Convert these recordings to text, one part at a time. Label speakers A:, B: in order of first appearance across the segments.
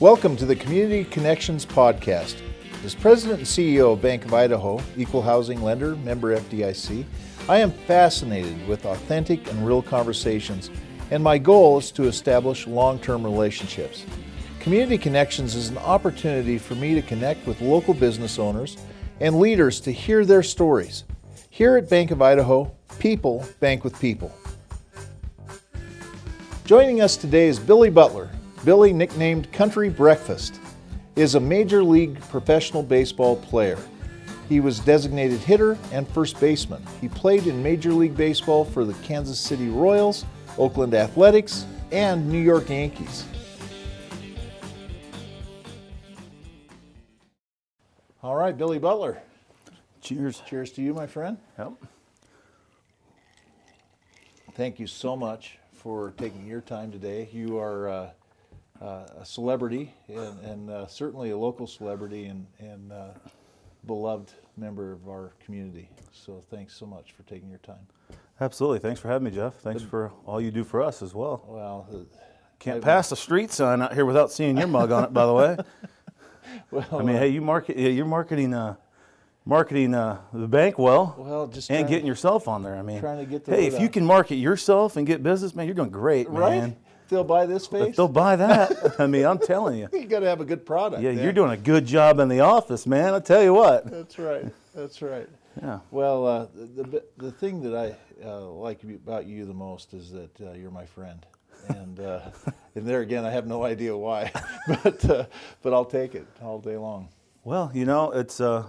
A: Welcome to the Community Connections Podcast. As President and CEO of Bank of Idaho, equal housing lender, member FDIC, I am fascinated with authentic and real conversations, and my goal is to establish long term relationships. Community Connections is an opportunity for me to connect with local business owners and leaders to hear their stories. Here at Bank of Idaho, people bank with people. Joining us today is Billy Butler. Billy, nicknamed Country Breakfast, is a major league professional baseball player. He was designated hitter and first baseman. He played in Major League Baseball for the Kansas City Royals, Oakland Athletics, and New York Yankees. All right, Billy Butler.
B: Cheers.
A: Cheers to you, my friend.
B: Yep.
A: Thank you so much for taking your time today. You are uh, uh, a celebrity and, and uh, certainly a local celebrity and, and uh, beloved member of our community. So thanks so much for taking your time.
B: Absolutely. Thanks for having me, Jeff. Thanks for all you do for us as well.
A: Well, uh,
B: Can't pass a street sign out here without seeing your mug on it, by the way.
A: well, uh,
B: I mean, hey, you market, yeah, you're marketing, uh, marketing uh, the bank well,
A: Well, just
B: and
A: trying-
B: getting yourself on there. I mean,
A: trying to get the
B: hey,
A: word
B: if you
A: out.
B: can market yourself and get business, man, you're doing great,
A: right?
B: man.
A: They'll buy this face.
B: If they'll buy that, I mean, I'm telling you,
A: you got to have a good product.
B: yeah,
A: man.
B: you're doing a good job in the office, man. I tell you what.
A: That's right. That's right.
B: Yeah.
A: Well, uh, the, the the thing that I uh, like about you the most is that uh, you're my friend, and uh, and there again, I have no idea why, but uh, but I'll take it all day long.
B: Well, you know, it's uh,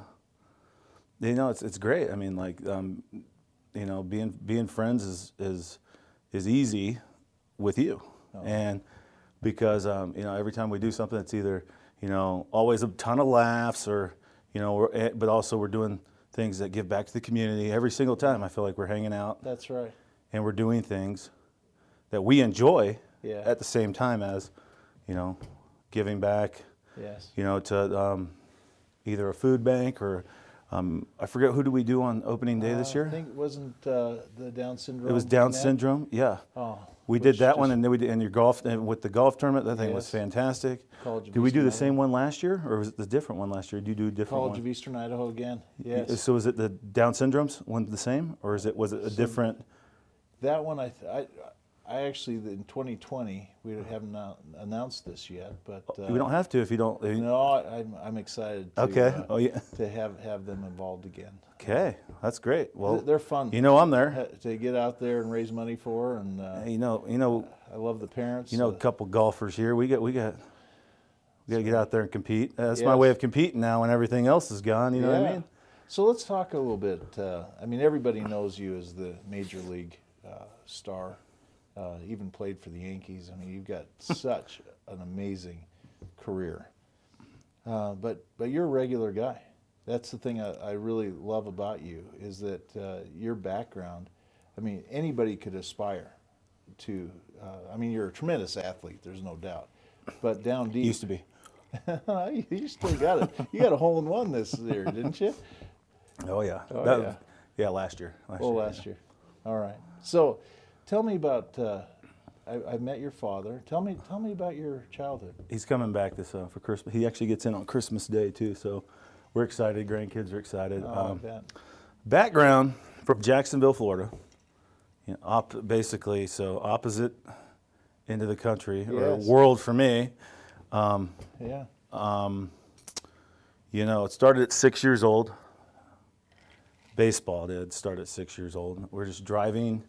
B: you know, it's it's great. I mean, like, um, you know, being being friends is is is easy with you, and because um, you know, every time we do something, it's either you know, always a ton of laughs, or you know, we're, eh, but also we're doing things that give back to the community every single time. I feel like we're hanging out
A: That's right.
B: and we're doing things that we enjoy
A: Yeah.
B: at the same time as you know, giving back
A: Yes.
B: you know, to um, either a food bank or um, I forget who do we do on opening day this year?
A: Uh, I think it wasn't uh, the Down syndrome.
B: it was Down
A: net?
B: syndrome. Yeah.
A: Oh,
B: we did
A: which
B: that one,
A: just-
B: and then we did, and your golf and with the golf tournament. That thing was
A: Yes.
B: fantastic.
A: College of
B: did we
A: Eastern
B: do
A: Iowa.
B: the same one last year, or was it the different one last year? Do you do a different
A: College
B: one?
A: of Eastern Idaho again.
B: Y-
A: Yes.
B: So is it the Down syndromes one the same, or is it was it a different?
A: That one, I, th- I, I actually, in 2020, we haven't annou- announced this yet, but. Uh,
B: we don't have to if you don't. if you-
A: No, I- I'm, I'm excited to,
B: Okay.
A: uh,
B: Oh, yeah.
A: to have, have them involved again.
B: Okay, that's great. Well,
A: They're- they're fun.
B: You know, I'm there.
A: Ha- To get out there and raise money for, and uh,
B: You know, you know,
A: I love the parents.
B: You know, a
A: uh,
B: couple golfers here. We got, we got, we got to get out there and compete. Uh, That's my
A: Yes.
B: way of competing now when everything else is gone. You know what
A: yeah.
B: I mean?
A: So let's talk a little bit. Uh, I mean, everybody knows you as the major league uh, star. Uh, even played for the Yankees. I mean, you've got such an amazing career. Uh, but but you're a regular guy. That's the thing I, I really love about you is that uh, your background. I mean, anybody could aspire to. Uh, I mean, you're a tremendous athlete. There's no doubt. But down deep,
B: Used to be.
A: you still got it. You got a hole in one this year, didn't you?
B: Oh yeah.
A: Oh, yeah.
B: yeah, last year. Last
A: Well,
B: year.
A: Oh, last year. All right. So, tell me about. Uh, I, I met your father. Tell me. Tell me about your childhood.
B: He's coming back this uh, for Christmas. He actually gets in on Christmas Day too, so we're excited. Grandkids are excited.
A: Oh, I
B: Um,
A: bet.
B: background from Jacksonville, Florida. You know, op- basically, so opposite end of the country or
A: Yes.
B: world for me.
A: Yeah.
B: You know, it started at six years old. Baseball did start at six years old. We're just driving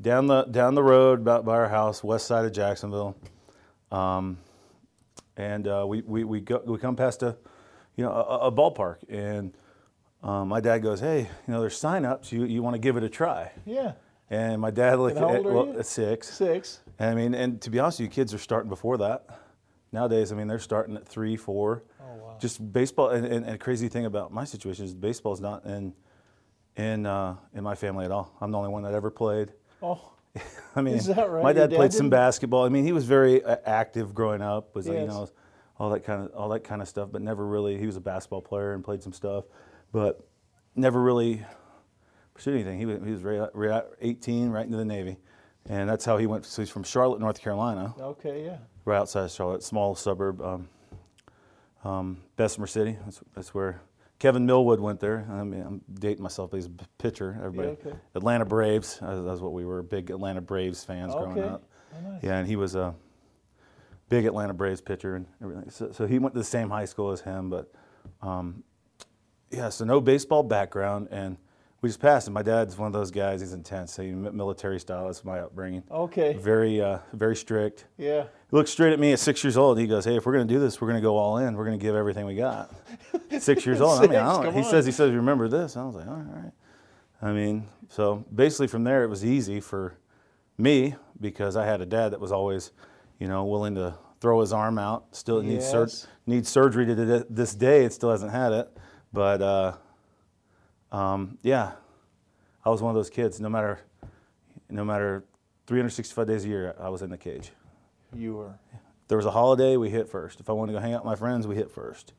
B: down the down the road about by our house, west side of Jacksonville, um, and uh, we we we, go, we come past a you know a, a ballpark, and um, my dad goes, "Hey, you know, there's sign-ups. You you want to give it a try?"
A: Yeah.
B: And my dad looked
A: how
B: at
A: old are
B: well,
A: you?
B: at six.
A: Six.
B: And I mean, and to be honest with you, kids are starting before that. Nowadays, I mean, they're starting at three, four.
A: Oh, wow.
B: Just baseball, and, and, and a crazy thing about my situation is baseball's not in in uh, in my family at all. I'm the only one that ever played.
A: Oh.
B: I mean,
A: Is that right?
B: my
A: Your
B: dad
A: dad
B: played some
A: didn't-
B: basketball. I mean, he was very uh, active growing up. Was you
A: Yes.
B: know all that kind of all that kind of stuff, but never really. He was a basketball player and played some stuff, but never really pursued anything. He was he was right, right at 18, right into the Navy. and that's how he went. So he's from Charlotte, North Carolina,
A: Okay, yeah.
B: right outside of Charlotte, small suburb, um, um, Bessemer City. That's, that's where Kevin Millwood went there. I mean, I'm dating myself, but he's a p- pitcher. Everybody,
A: okay.
B: Atlanta Braves. That's, that's what we were big Atlanta Braves fans growing
A: Okay.
B: up.
A: Oh, nice.
B: Yeah, and he was a big Atlanta Braves pitcher and everything. So, so he went to the same high school as him, but um, yeah, so no baseball background, and we just passed. And my dad's one of those guys; he's intense. So he mi- military style. That's my upbringing.
A: Okay.
B: Very, uh, very strict.
A: Yeah.
B: He looked straight at me at six years old. He goes, "Hey, if we're gonna do this, we're gonna go all in. We're gonna give everything we got." Six years old. I mean, I
A: Six,
B: don't,
A: come
B: he
A: on.
B: says, "He says, remember this?" I was like, "All right." I mean, so basically from there, it was easy for me because I had a dad that was always, you know, willing to throw his arm out. Still needs sur-
A: Yes.
B: needs surgery to th- this day. It still hasn't had it, but uh, um, yeah, I was one of those kids. No matter, no matter, 365 days a year, I was in the cage
A: You were.
B: there was a holiday, we hit first. If I wanted to go hang out with my friends, we hit first.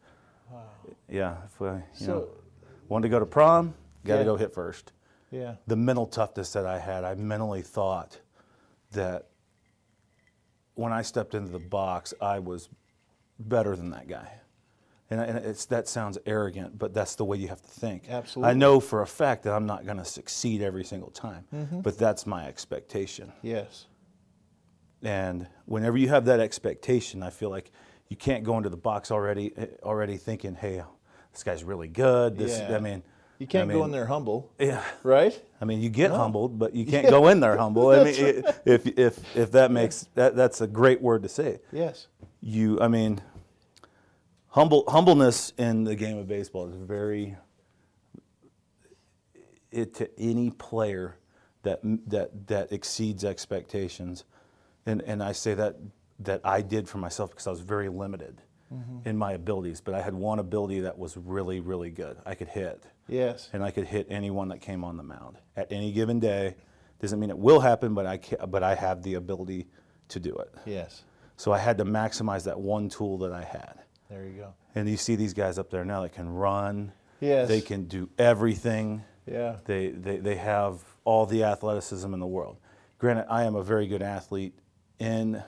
B: Yeah, if I you know,
A: So-
B: wanted to go to prom, got to
A: Yeah.
B: go hit first.
A: Yeah.
B: The mental toughness that I had, I mentally thought that when I stepped into the box, I was better than that guy. And, I- and it's, that sounds arrogant, but that's the way you have to think. I
A: Absolutely.
B: know for a fact that I'm not going to succeed every single time,
A: Mm-hmm.
B: but that's my expectation.
A: Yes.
B: And whenever you have that expectation, I feel like you can't go into the box already eh, already thinking, "Hey, this guy's really good." This,
A: yeah.
B: I mean,
A: you can't
B: I
A: go
B: mean,
A: in there humble,
B: Yeah,
A: right?
B: I mean, you get humbled, but you can't go in there humble. I mean, eh, if if if that makes that that's a great word to say.
A: Yes.
B: You, I mean, humble humbleness in the game of baseball is very it to any player that that that exceeds expectations, and and I say that that I did for myself because I was very limited in my abilities, but I had one ability that was really really good. I could hit,
A: Yes.
B: and I could hit anyone that came on the mound at any given day. Doesn't mean it will happen, but I ca but I have the ability to do it.
A: Yes.
B: So I had to maximize that one tool that I had.
A: There you go.
B: And you see these guys up there now that can run.
A: Yes.
B: They can do everything.
A: Yeah.
B: They, they, they have all the athleticism in the world. Granted, I am a very good athlete in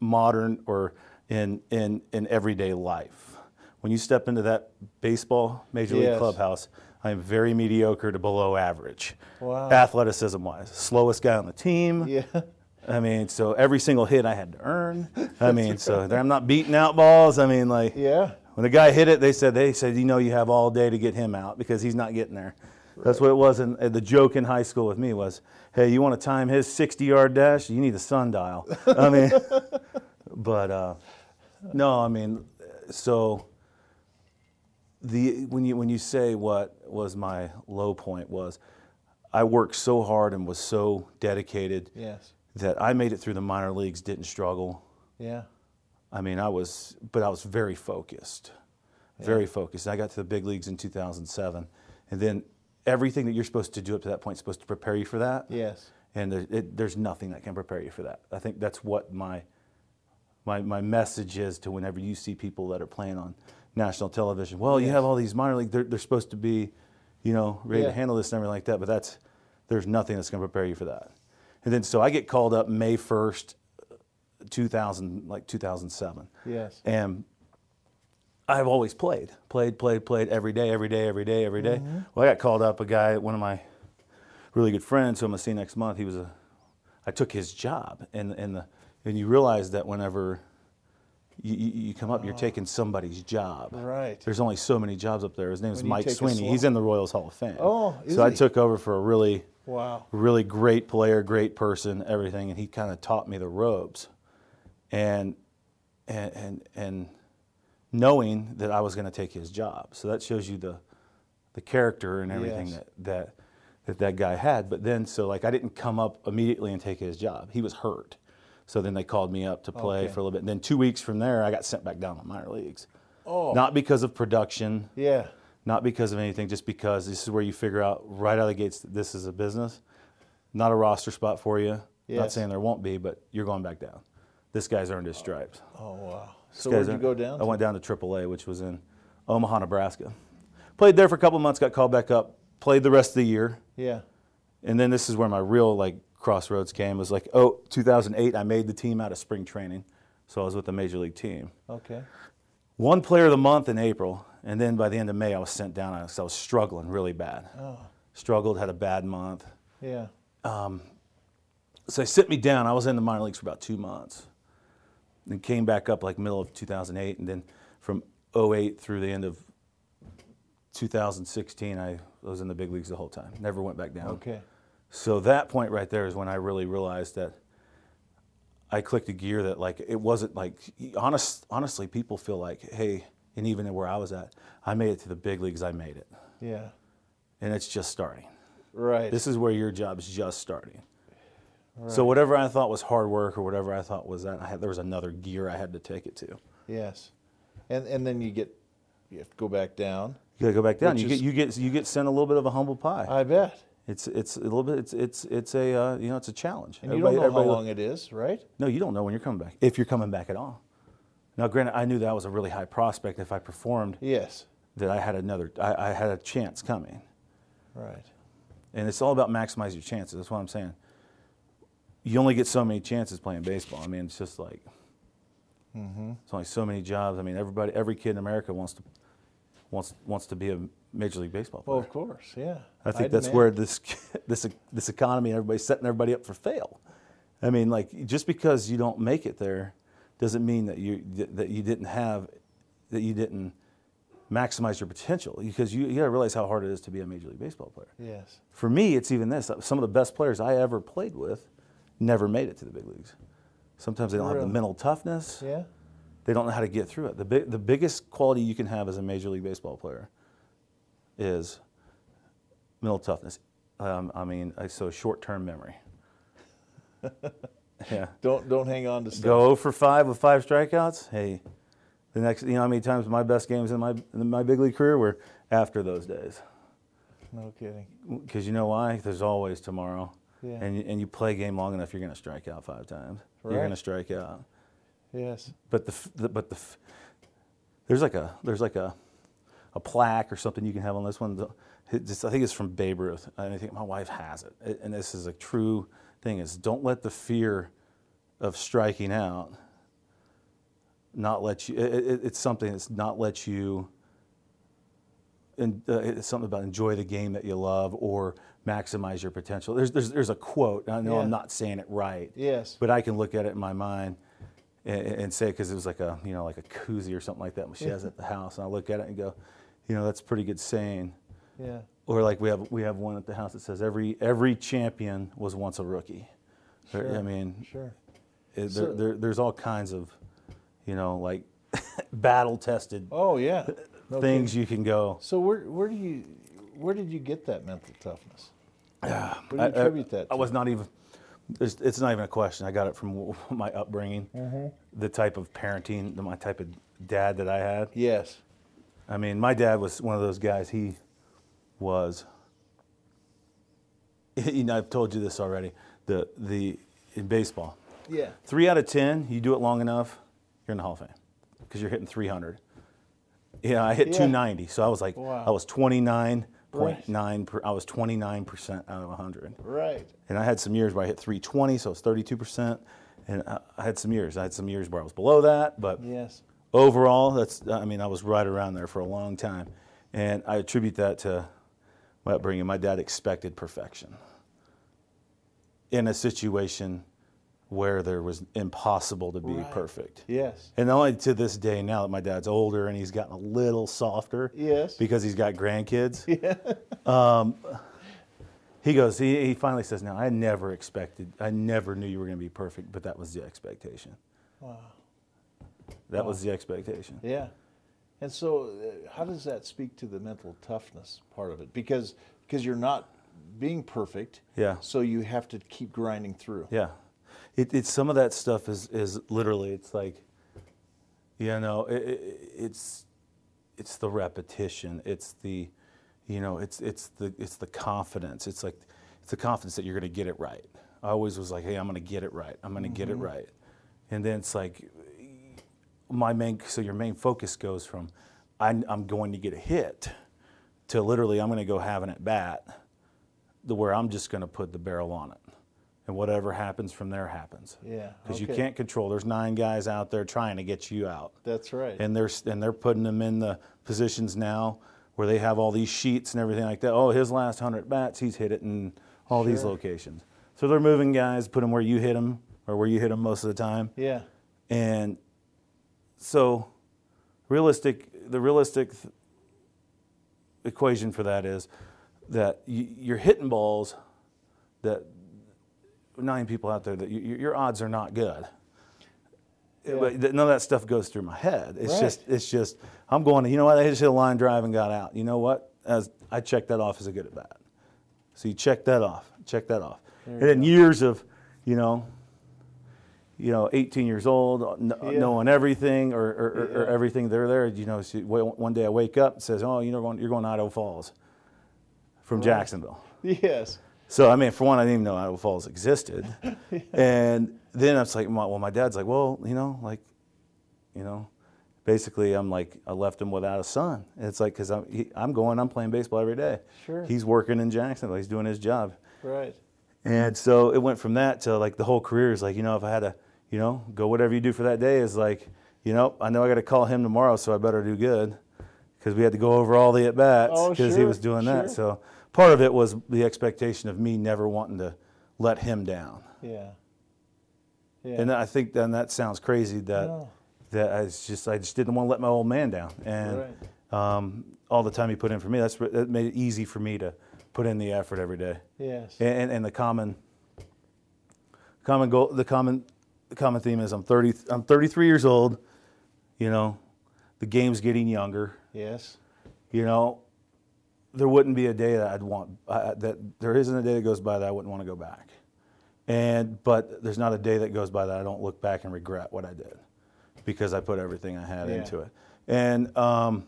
B: modern or in, in, in everyday life. When you step into that baseball major league
A: Yes.
B: clubhouse, I am very mediocre to below average,
A: Wow.
B: athleticism wise. Slowest guy on the team.
A: Yeah.
B: I mean, so every single hit I had to earn. I mean, so I'm not beating out balls. I mean, like
A: Yeah.
B: when the guy hit it, they said they said you know you have all day to get him out because he's not getting there. That's what it was. And the joke in high school with me was, hey, you want to time his 60 yard dash? You need a sundial. I mean, but uh, no, I mean, so the when you when you say what was my low point was, I worked so hard and was so dedicated
A: Yes.
B: that I made it through the minor leagues, didn't struggle.
A: Yeah.
B: I mean, I was, but I was very focused, very focused. I got to the big leagues in 2007, and then everything that you're supposed to do up to that point is supposed to prepare you for that.
A: Yes.
B: And there, it, there's nothing that can prepare you for that. I think that's what my, my my message is to whenever you see people that are playing on national television. Well, you
A: Yes.
B: have all these minor league; they're, they're supposed to be, you know, ready to
A: Yeah.
B: handle this and everything like that. But that's there's nothing that's going to prepare you for that. And then so I get called up May 1st, 2000, like 2007.
A: Yes.
B: And I've always played, played, played, played every day, every day, every day, every day.
A: Mm-hmm.
B: Well, I got called up a guy, one of my really good friends who I'm gonna see next month. He was a, I took his job, and and the and you realize that whenever you, you, you come up, you're taking somebody's job.
A: Oh. Right.
B: There's only so many jobs up there. His name's
A: When you
B: Mike
A: take a
B: Sweeney.
A: swap.
B: He's in the Royals Hall of Fame.
A: Oh, is
B: so I
A: he?
B: took over for a really
A: Wow.
B: really great player, great person, everything, and he kind of taught me the ropes, and and and, and knowing that I was going to take his job. So that shows you the the character and everything
A: Yes.
B: that, that that that guy had. But then, so like I didn't come up immediately and take his job. He was hurt, so then they called me up to play
A: Okay.
B: for a little bit. And then two weeks from there, I got sent back down to minor leagues.
A: Oh.
B: Not because of production,
A: Yeah.
B: not because of anything, just because this is where you figure out right out of the gates that this is a business, not a roster spot for you. Not
A: Yes.
B: saying there won't be, but you're going back down. This guy's earned his stripes.
A: Oh wow. So
B: This
A: where'd
B: guy's
A: you
B: earned-
A: go down?
B: I
A: to?
B: went down to AAA, which was in Omaha, Nebraska. Played there for a couple months, got called back up, played the rest of the year,
A: Yeah.
B: and then this is where my real like Crossroads came. It was like, oh, 2008, I made the team out of spring training. So I was with the major league team.
A: Okay.
B: One player of the month in April, and then by the end of May, I was sent down because I was struggling really bad. Struggled, had a bad month.
A: Yeah.
B: So they sent me down. I was in the minor leagues for about two months. Then came back up like middle of 2008. And then from 08 through the end of 2016, I was in the big leagues the whole time. Never went back down.
A: Okay.
B: So that point right there is when I really realized that I clicked a gear that like it wasn't like honest honestly people feel like hey and even where I was at I made it to the big leagues I made it
A: Yeah.
B: and it's just starting.
A: Right.
B: This is where your job is just starting. So whatever I thought was hard work or whatever I thought was that I had there was another gear I had to take it to. You
A: yes. And and then you get you have to go back down.
B: gotta go back down.
A: Which
B: You
A: is-
B: get you get you get sent a little bit of a humble pie.
A: I bet.
B: it's it's a little bit it's it's it's a uh, you know it's a challenge.
A: And you don't know how
B: everybody-
A: long it is, right?
B: No, you don't know when you're coming back, if you're coming back at all. Now, granted, I knew that I was a really high prospect. If I performed,
A: Yes.
B: that I had another, I, I had a chance coming.
A: Right.
B: And it's all about maximizing your chances. That's what I'm saying. You only get so many chances playing baseball. I mean, it's just like, it's only so many jobs. I mean, everybody, every kid in America wants to, wants wants to be a major league baseball player.
A: Well, of course. Yeah.
B: I think that's
A: demand-
B: where this this e, this economy and everybody's setting everybody up for fail. I mean, like just because you don't make it there doesn't mean that you that you didn't have that you didn't maximize your potential because you, you got to realize how hard it is to be a major league baseball player.
A: Yes.
B: For me, it's even this. Some of the best players I ever played with never made it to the big leagues. Sometimes they don't have
A: Really?
B: the mental toughness
A: Yeah.
B: they don't know how to get through it. The, big, the biggest quality you can have as a Major League Baseball player is mental toughness. Um, I mean, I- so short term memory. yeah.
A: Don't don't hang on to stuff.
B: Go 0 for 5 with five strikeouts. Hey, the next, you know how many times my best games in my, in my big league career were after those days?
A: No kidding.
B: Because you know why? There's always tomorrow.
A: Yeah.
B: And, you- and you play a game long enough, you're going to strike out five times. You're
A: Right.
B: going to strike out.
A: Yes.
B: but the, f- the but the f- there's like a there's like a a plaque or something you can have on this one. The- it just- I think it's from Babe Ruth. and I think my wife has it, It- and this is a true thing: is don't let the fear of striking out not let you. It, it, it's something that's not let you. And uh, it's something about enjoy the game that you love or maximize your potential. There's there's, there's a quote. and I know
A: Yeah.
B: I'm not saying it right.
A: Yes.
B: But I can look at it in my mind and, and say, because it was like a, you know, like a koozie or something like that. She has it at
A: Mm-hmm.
B: the house, and I look at it and go, you know, that's a pretty good saying.
A: Yeah.
B: Or like we have we have one at the house that says every every champion was once a rookie. There- I
A: Sure.
B: mean,
A: Sure.
B: it,
A: So-
B: there, there, there's all kinds of, you know, like battle tested
A: Oh yeah. No
B: things
A: kidding.
B: you can go.
A: So where where do you where did you get that mental toughness? What do you
B: I- I-
A: attribute that to?
B: I was not even. It's, it's not even a question. I got it from my upbringing,
A: Mm-hmm.
B: the type of parenting, my type of dad that I had.
A: yes.
B: I mean, my dad was one of those guys. He was. You know, I've told you this already. The the in baseball,
A: Yeah.
B: three out of ten, you do it long enough, you're in the Hall of Fame because you're hitting 300. Yeah, I hit
A: Yeah.
B: 290, so I was like,
A: Wow.
B: I was 29.9 per, I was 29 percent out of 100.
A: Right.
B: And I had some years where I hit 320, so it's 32 percent. And I, I had some years. I had some years where I was below that, but
A: Yes.
B: overall, that's I mean, I was right around there for a long time, and I attribute that to my upbringing. My dad expected perfection in a situation where there was impossible to be
A: Right.
B: perfect.
A: Yes.
B: And only to this day now that my dad's older and he's gotten a little softer.
A: Yes.
B: Because he's got grandkids. Yeah. Um, he goes, he, he finally says, Now, I never expected, I never knew you were going to be perfect, but that was the expectation. Wow. That was the expectation.
A: Yeah. And so, uh, how does that speak to the mental toughness part of it? Because because you're not being perfect.
B: Yeah.
A: So you have to keep grinding through.
B: Yeah. It, it's some of that stuff is, is literally, it's like, you know, it, it's, it's the repetition. It's the, you know, it's, it's the, it's the confidence. It's like, it's the confidence that you're going to get it right. I always was like, hey, I'm going to get it right. I'm going to get it right. And then it's like, my main, so your main focus goes from, I'm, I'm going to get a hit to literally, I'm going to go have an at bat to where I'm just going to put the barrel on it. and whatever happens from there happens.
A: Yeah,
B: Because you
A: okay.
B: can't control. There's nine guys out there trying to get you out,
A: That's right.
B: and they're s- and they're putting them in the positions now where they have all these sheets and everything like that. Oh, his last hundred bats, he's hit it in all these
A: Sure.
B: locations. So they're moving guys, put them where you hit them or where you hit them most of the time.
A: yeah.
B: And so, realistic, the realistic th- equation for that is that y- you're hitting balls that nine people out there that y- y- your odds are not good.
A: Yeah.
B: But th- none of that stuff goes through my head. It's
A: Right.
B: just, it's just, I'm going. You know what? I just hit a line drive and got out. You know what? As I checked that off as a good at bat. So you check that off. Check that off. and then years of, you know, you know, 18 years old, n-
A: Yeah.
B: knowing everything or, or, or, or
A: Yeah.
B: everything they're there. You know, so wa- one day I wake up and says, "Oh, you know, going, you're going to Idaho Falls from Jacksonville."
A: Yes.
B: So I mean, for one, I didn't even know Idaho Falls existed, and then I was like, my, "Well, my dad's like, well, you know, like, you know, basically, I'm like, I left him without a son. And it's like, cause I'm he, I'm going, I'm playing baseball every day.
A: Sure.
B: He's working in Jacksonville. He's doing his job.
A: Right.
B: And so it went from that to like the whole career is like, you know, if I had to, you know, go whatever you do for that day is like, you know, I know I got to call him tomorrow, so I better do good because we had to go over all the at bats
A: Oh,
B: because he
A: sure,
B: was doing that.
A: sure.
B: So part of it was the expectation of me never wanting to let him down.
A: Yeah. Yeah.
B: And I think then that sounds crazy that
A: No.
B: that I was just I just didn't want to let my old man down. And um, all the time he put in for me, that's what- that made it easy for me to put in the effort every day
A: yes.
B: and, and, and the common common goal the common the common theme is I'm 30 I'm 33 years old you know the game's getting younger
A: yes.
B: you know there wouldn't be a day that I'd want I, I- that there isn't a day that goes by that I wouldn't want to go back and but there's not a day that goes by that I don't look back and regret what I did because I put everything I had
A: Yeah.
B: into it and um, um,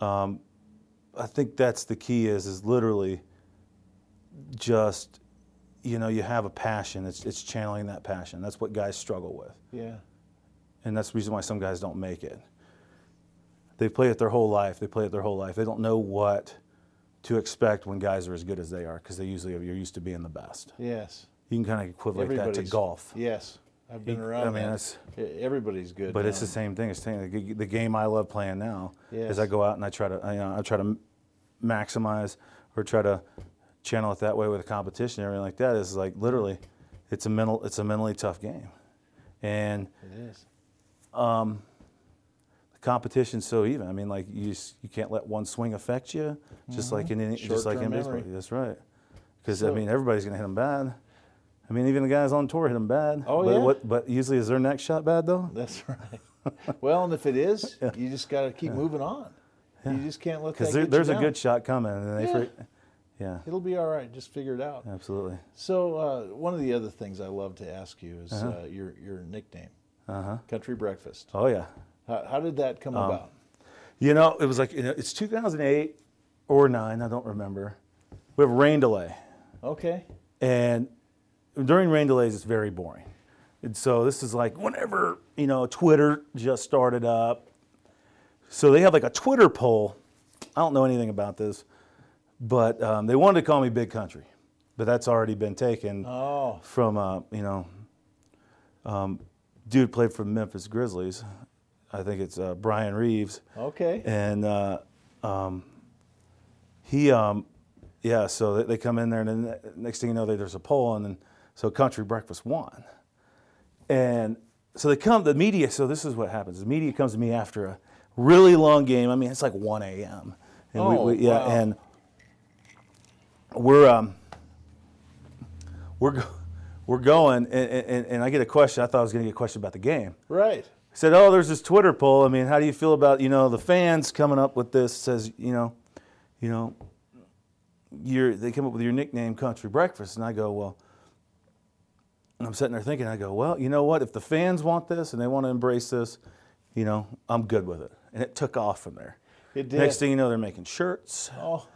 B: I think that's the key is is literally just you know you have a passion it's it's channeling that passion that's what guys struggle with
A: Yeah.
B: and that's the reason why some guys don't make it they play it their whole life they play it their whole life they don't know what to expect when guys are as good as they are because they usually are, you're used to being the best
A: Yes.
B: you can kind of equivalent that to
A: Everybody's-
B: golf
A: Yes. I've been
B: You-
A: around.
B: I mean,
A: that.
B: that's-
A: E- everybody's good.
B: but it's
A: now.
B: the same thing. It's the, g- the game I love playing now
A: Yes.
B: is I go out and I try to I, you know, I try to m- maximize or try to channel it that way with a competition and everything like that. Is like literally, it's a mental it's a mentally tough game, and
A: It is.
B: the competition's so even. I mean, like you s- you can't let one swing affect you, just like in any, just like in
A: Mm-hmm. Short-term
B: baseball.
A: memory.
B: That's right. Because I
A: So-
B: mean, everybody's gonna hit them bad. I mean, even the guys on tour hit them bad.
A: Oh,
B: but
A: yeah.
B: What, but usually, is their next shot bad though?
A: That's right. well, and if it is, you just got to keep moving on. You just can't let that.
B: Because there,
A: get you
B: there's a
A: down.
B: good shot coming, and they
A: Yeah.
B: fre- yeah.
A: It'll be all right. Just figure it out.
B: Absolutely.
A: So uh, one of the other things I love to ask you is uh your your nickname, uh-huh. Country Breakfast.
B: Oh yeah.
A: How, how did that come about?
B: You know, it was like you know, it's 2008 or nine. I don't remember. We have a rain delay,
A: Okay.
B: and during rain delays, it's very boring. And so this is like whenever you know Twitter just started up. So they have like a Twitter poll. I don't know anything about this, but um, they wanted to call me Big Country, but that's already been taken.
A: Oh,
B: from uh, you know, um, dude played for Memphis Grizzlies. I think it's uh, Brian Reeves,
A: okay.
B: and uh, um, he, um, yeah. So they, they come in there, and then the next thing you know, they, there's a poll, and then so Country Breakfast won, and so they come the media. So this is what happens: the media comes to me after a really long game. I mean, it's like 1 a.m. And
A: Oh,
B: we, we, yeah,
A: wow.
B: and we're um, we're go- we're going, and, and, and I get a question. I thought I was going to get a question about the game.
A: Right.
B: I said, "Oh, there's this Twitter poll. I mean, how do you feel about you know the fans coming up with this?" Says you know, you know, your they came up with your nickname, Country Breakfast, and I go, "Well," and I'm sitting there thinking, I go, "Well, you know what? If the fans want this and they want to embrace this, you know, I'm good with it." And it took off from there.
A: It did.
B: Next thing you know, they're making shirts
A: Oh,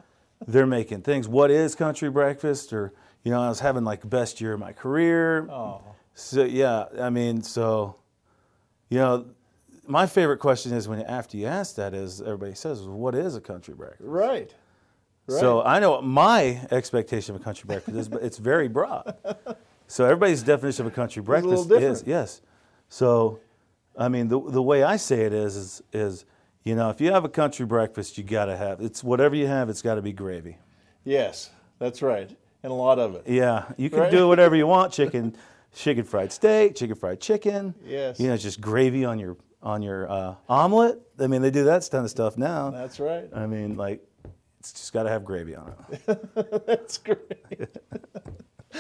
B: they're making things. What is country breakfast? Or you know, I was having like best year of my career.
A: oh,
B: So yeah, I mean, so you know, my favorite question is when after you ask that is everybody says, "What is a country breakfast?"
A: right.
B: So I know what my expectation of a country breakfast is, but it's very broad. So everybody's definition of a country
A: little
B: breakfast is
A: different.
B: yes. So, I mean, the the way I say it is is is you know if you have a country breakfast, you gotta have it's whatever you have, it's got to be gravy.
A: Yes, that's right, and a lot of it.
B: Yeah, you can
A: Right?
B: do whatever you want. Chicken, chicken fried steak, chicken fried chicken.
A: Yes.
B: You know, just gravy on your on your uh, omelet. I mean, they do that kind of stuff now.
A: That's right.
B: I mean, like, it's just got to have gravy on it.
A: That's great.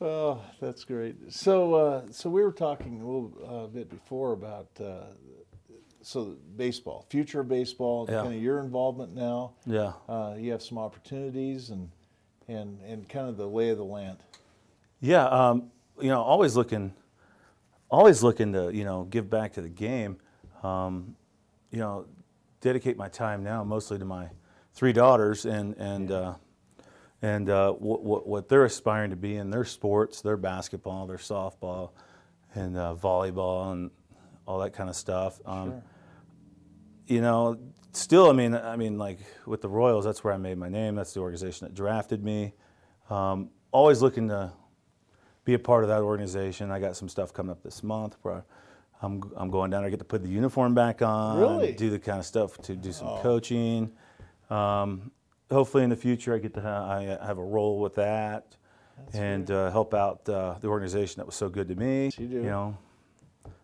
A: oh, that's great. So, uh, so we were talking a little uh, bit before about uh, so baseball, future of baseball,
B: Yeah.
A: kind of your involvement now.
B: Yeah.
A: Uh, you have some opportunities and and and kind of the lay of the land.
B: Yeah, um, you know, always looking, always looking to you know give back to the game. Um, you know, dedicate my time now mostly to my three daughters and and uh, and uh, what, what what they're aspiring to be in their sports, their basketball, their softball, and uh, volleyball, and all that kind of stuff. Um, You know, still, I mean, I mean, like with the Royals, that's where I made my name. That's the organization that drafted me. Um, always looking to be a part of that organization. I got some stuff coming up this month where I'm, I'm going down. there, I get to put the uniform back on,
A: Really? Oh.
B: do the kind of stuff to do some coaching. Um, hopefully, in the future, I get to ha- I uh, have a role with that and uh, help out uh, the organization that was so good to me.
A: you do.
B: know,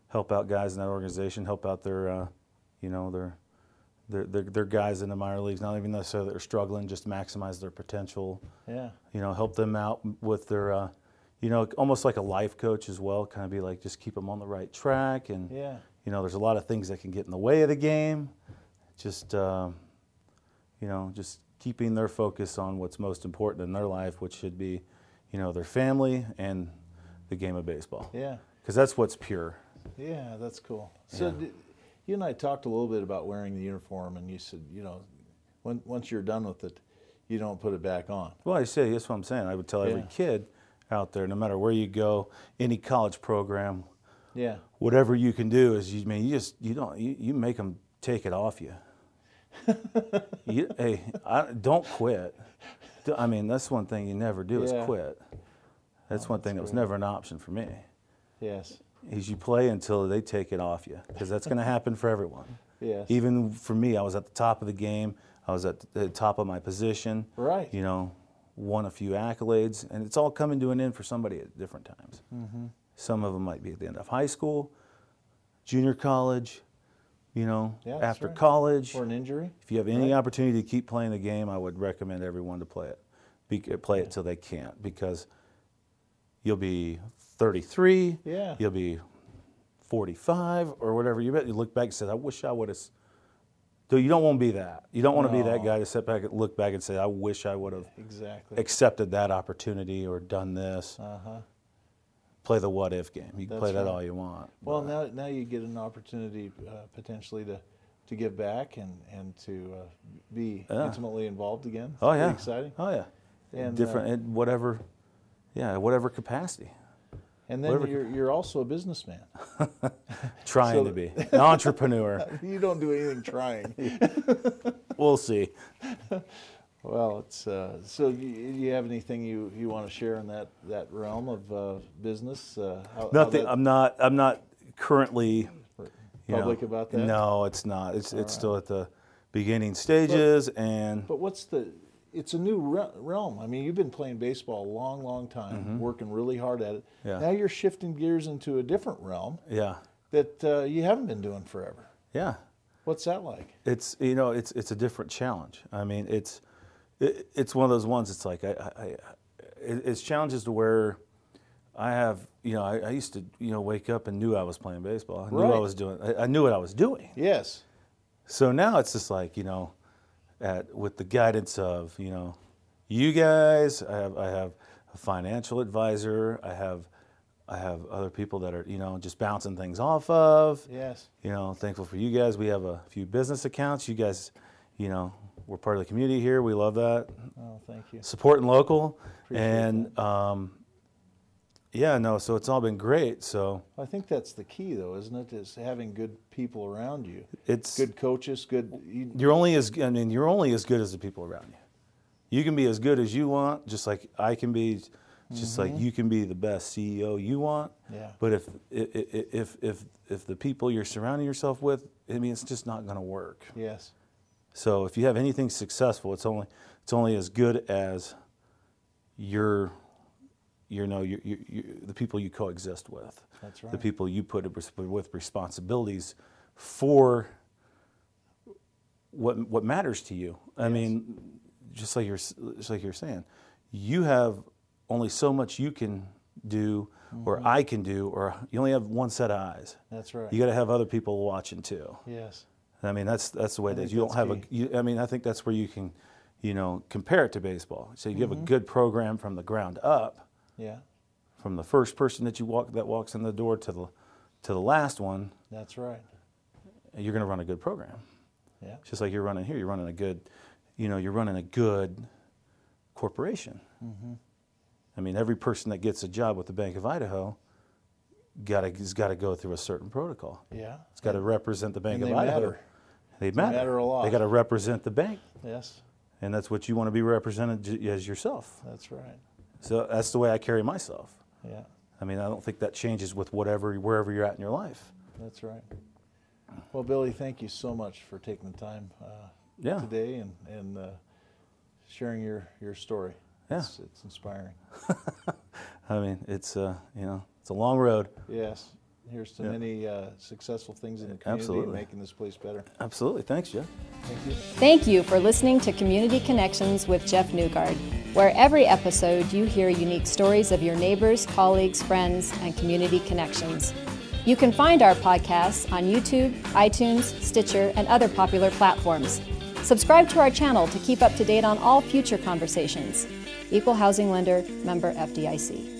B: help out guys in that organization, help out their, uh, you know, their. Their, their, their guys in the minor leagues, not even necessarily that are struggling, just maximize their potential
A: Yeah.
B: you know, help them out with their, uh, you know, almost like a life coach as well. Kind of be like, just keep them on the right track, and
A: Yeah.
B: you know, there's a lot of things that can get in the way of the game. Just, um, you know, just keeping their focus on what's most important in their life, which should be, you know, their family and the game of baseball,
A: Yeah.
B: because that's what's pure.
A: Yeah, that's cool. So, d you and I talked a little bit about wearing the uniform, and you said, you know, when, once you're done with it, you don't put it back on.
B: Well, I say that's what I'm saying. I would tell every
A: Yeah.
B: kid out there, no matter where you go, any college program,
A: Yeah.
B: whatever you can do is you I mean you just you don't you, you make them take it off you. you hey, I, don't quit. D- I mean that's one thing you never do
A: Yeah. Oh,
B: is quit. That's one thing that was never an option for me.
A: Yes.
B: Is you play until they take it off you because that's going to happen for everyone.
A: Yes.
B: Even for me, I was at the top of the game. I was at the top of my position.
A: Right.
B: You know, won a few accolades, and it's all coming to an end for somebody at different times.
A: Mm-hmm.
B: Some of them might be at the end of high school, junior college. You know,
A: Yeah, that's
B: after
A: right.
B: college,
A: Or an injury.
B: if you have any opportunity to keep playing the game, I would recommend everyone to play it. Be, play it till they can't because you'll be 33.
A: Yeah.
B: You'll be 45 or whatever. You bet you look back and say, I wish I would have. Dude, you don't want to be that. You don't want to be that
A: No.
B: guy to sit back and look back and say, I wish I would have
A: Exactly.
B: accepted that opportunity or done this.
A: Uh huh.
B: Play the what if game. You can
A: That's
B: play that
A: right.
B: all you want.
A: Well, now now you get an opportunity uh, potentially to to give back and and to uh, be
B: Yeah.
A: intimately involved again. It's
B: oh,
A: pretty
B: yeah.
A: Exciting.
B: Oh, yeah.
A: And, uh,
B: Different, in whatever, yeah, whatever capacity.
A: And then
B: whatever-
A: you're you're also a businessman.
B: Trying
A: So-
B: to be an entrepreneur.
A: you don't do anything trying.
B: we'll see.
A: Well, it's uh, so. You, you have anything you, you want to share in that, that realm of uh, business? Uh, how, how
B: Nothing.
A: that-
B: I'm not. I'm not currently you know,
A: public about that.
B: No, it's not. It's it's still at the beginning stages, and
A: But what's the? It's a new re- realm. I mean, you've been playing baseball a long, long time, working really hard at it.
B: Mm-hmm. Yeah.
A: Now you're shifting gears into a different realm
B: yeah,
A: that uh, you haven't been doing forever.
B: yeah.
A: What's that like?
B: It's you know, it's it's a different challenge. I mean, it's it, it's one of those ones. It's like I, I, I it, it's challenges to where I have you know I, I used to you know wake up and knew I was playing baseball. I knew I
A: Right.
B: was doing. I, I knew what I was doing.
A: Yes.
B: So now it's just like you know, at with the guidance of you know, you guys. I have I have a financial advisor. I have I have other people that are you know just bouncing things off of.
A: Yes.
B: You know, thankful for you guys. We have a few business accounts. You guys, you know, we're part of the community here. We love that
A: Oh, thank you.
B: supporting local and um, yeah, no. So it's all been great. So
A: I think that's the key, though, isn't it? Is having good people around you,
B: it's
A: good coaches, good. You,
B: you're only as I mean you're only as good as the people around you. you can be as good as you want, just like I can be, just like you can be the best CEO you want.
A: Yeah.
B: But if i- i- i- if if if the people you're surrounding yourself with, I mean, it's just not going to work.
A: Yes.
B: So if you have anything successful, it's only it's only as good as your you know your, your, your, the people you coexist with.
A: That's
B: The
A: right.
B: people you put res- with responsibilities for what what matters to you. I mean, just like you're s- just like you're saying, you have only so much you can do, or I can do, or you only have one set of eyes.
A: That's Mm-hmm. right.
B: You got to have other people watching too.
A: Yes.
B: I mean, that's that's the way it
A: think
B: is. You don't
A: that's
B: have a.
A: key.
B: You, I mean, I think that's where you can, you know, compare it to baseball. So you
A: Mm-hmm.
B: have a good program from the ground up,
A: Yeah.
B: from the first person that you walk that walks in the door to the, to the last one.
A: That's right.
B: You're going to run a good program.
A: Yeah.
B: It's just like you're running here. You're running a good, you know, you're running a good corporation.
A: Mm-hmm.
B: I mean, every person that gets a job with the Bank of Idaho, got to has got to go through a certain protocol.
A: Yeah.
B: It's got to represent the Bank
A: And
B: of
A: they
B: Idaho.
A: matter.
B: They matter.
A: matter a lot.
B: They got to represent the bank.
A: Yes.
B: and that's what you want to be represented j- as yourself.
A: That's right.
B: So that's the way I carry myself.
A: Yeah.
B: I mean, I don't think that changes with whatever wherever you're at in your life.
A: That's right. Well, Billy, thank you so much for taking the time uh,
B: Yeah.
A: today and and uh, sharing your your story.
B: Yeah.
A: It's, it's inspiring.
B: I mean, it's uh, you know, it's a long road.
A: Yes. Here's to
B: Yeah.
A: many uh, successful things in the community
B: Absolutely.
A: and making this place better.
B: Absolutely. Thanks, Jeff.
A: Thank you.
C: Thank you for listening to Community Connections with Jeff Newgard, where every episode you hear unique stories of your neighbors, colleagues, friends, and community connections. You can find our podcasts on YouTube, iTunes, Stitcher, and other popular platforms. Subscribe to our channel to keep up to date on all future conversations. Equal Housing Lender, member FDIC.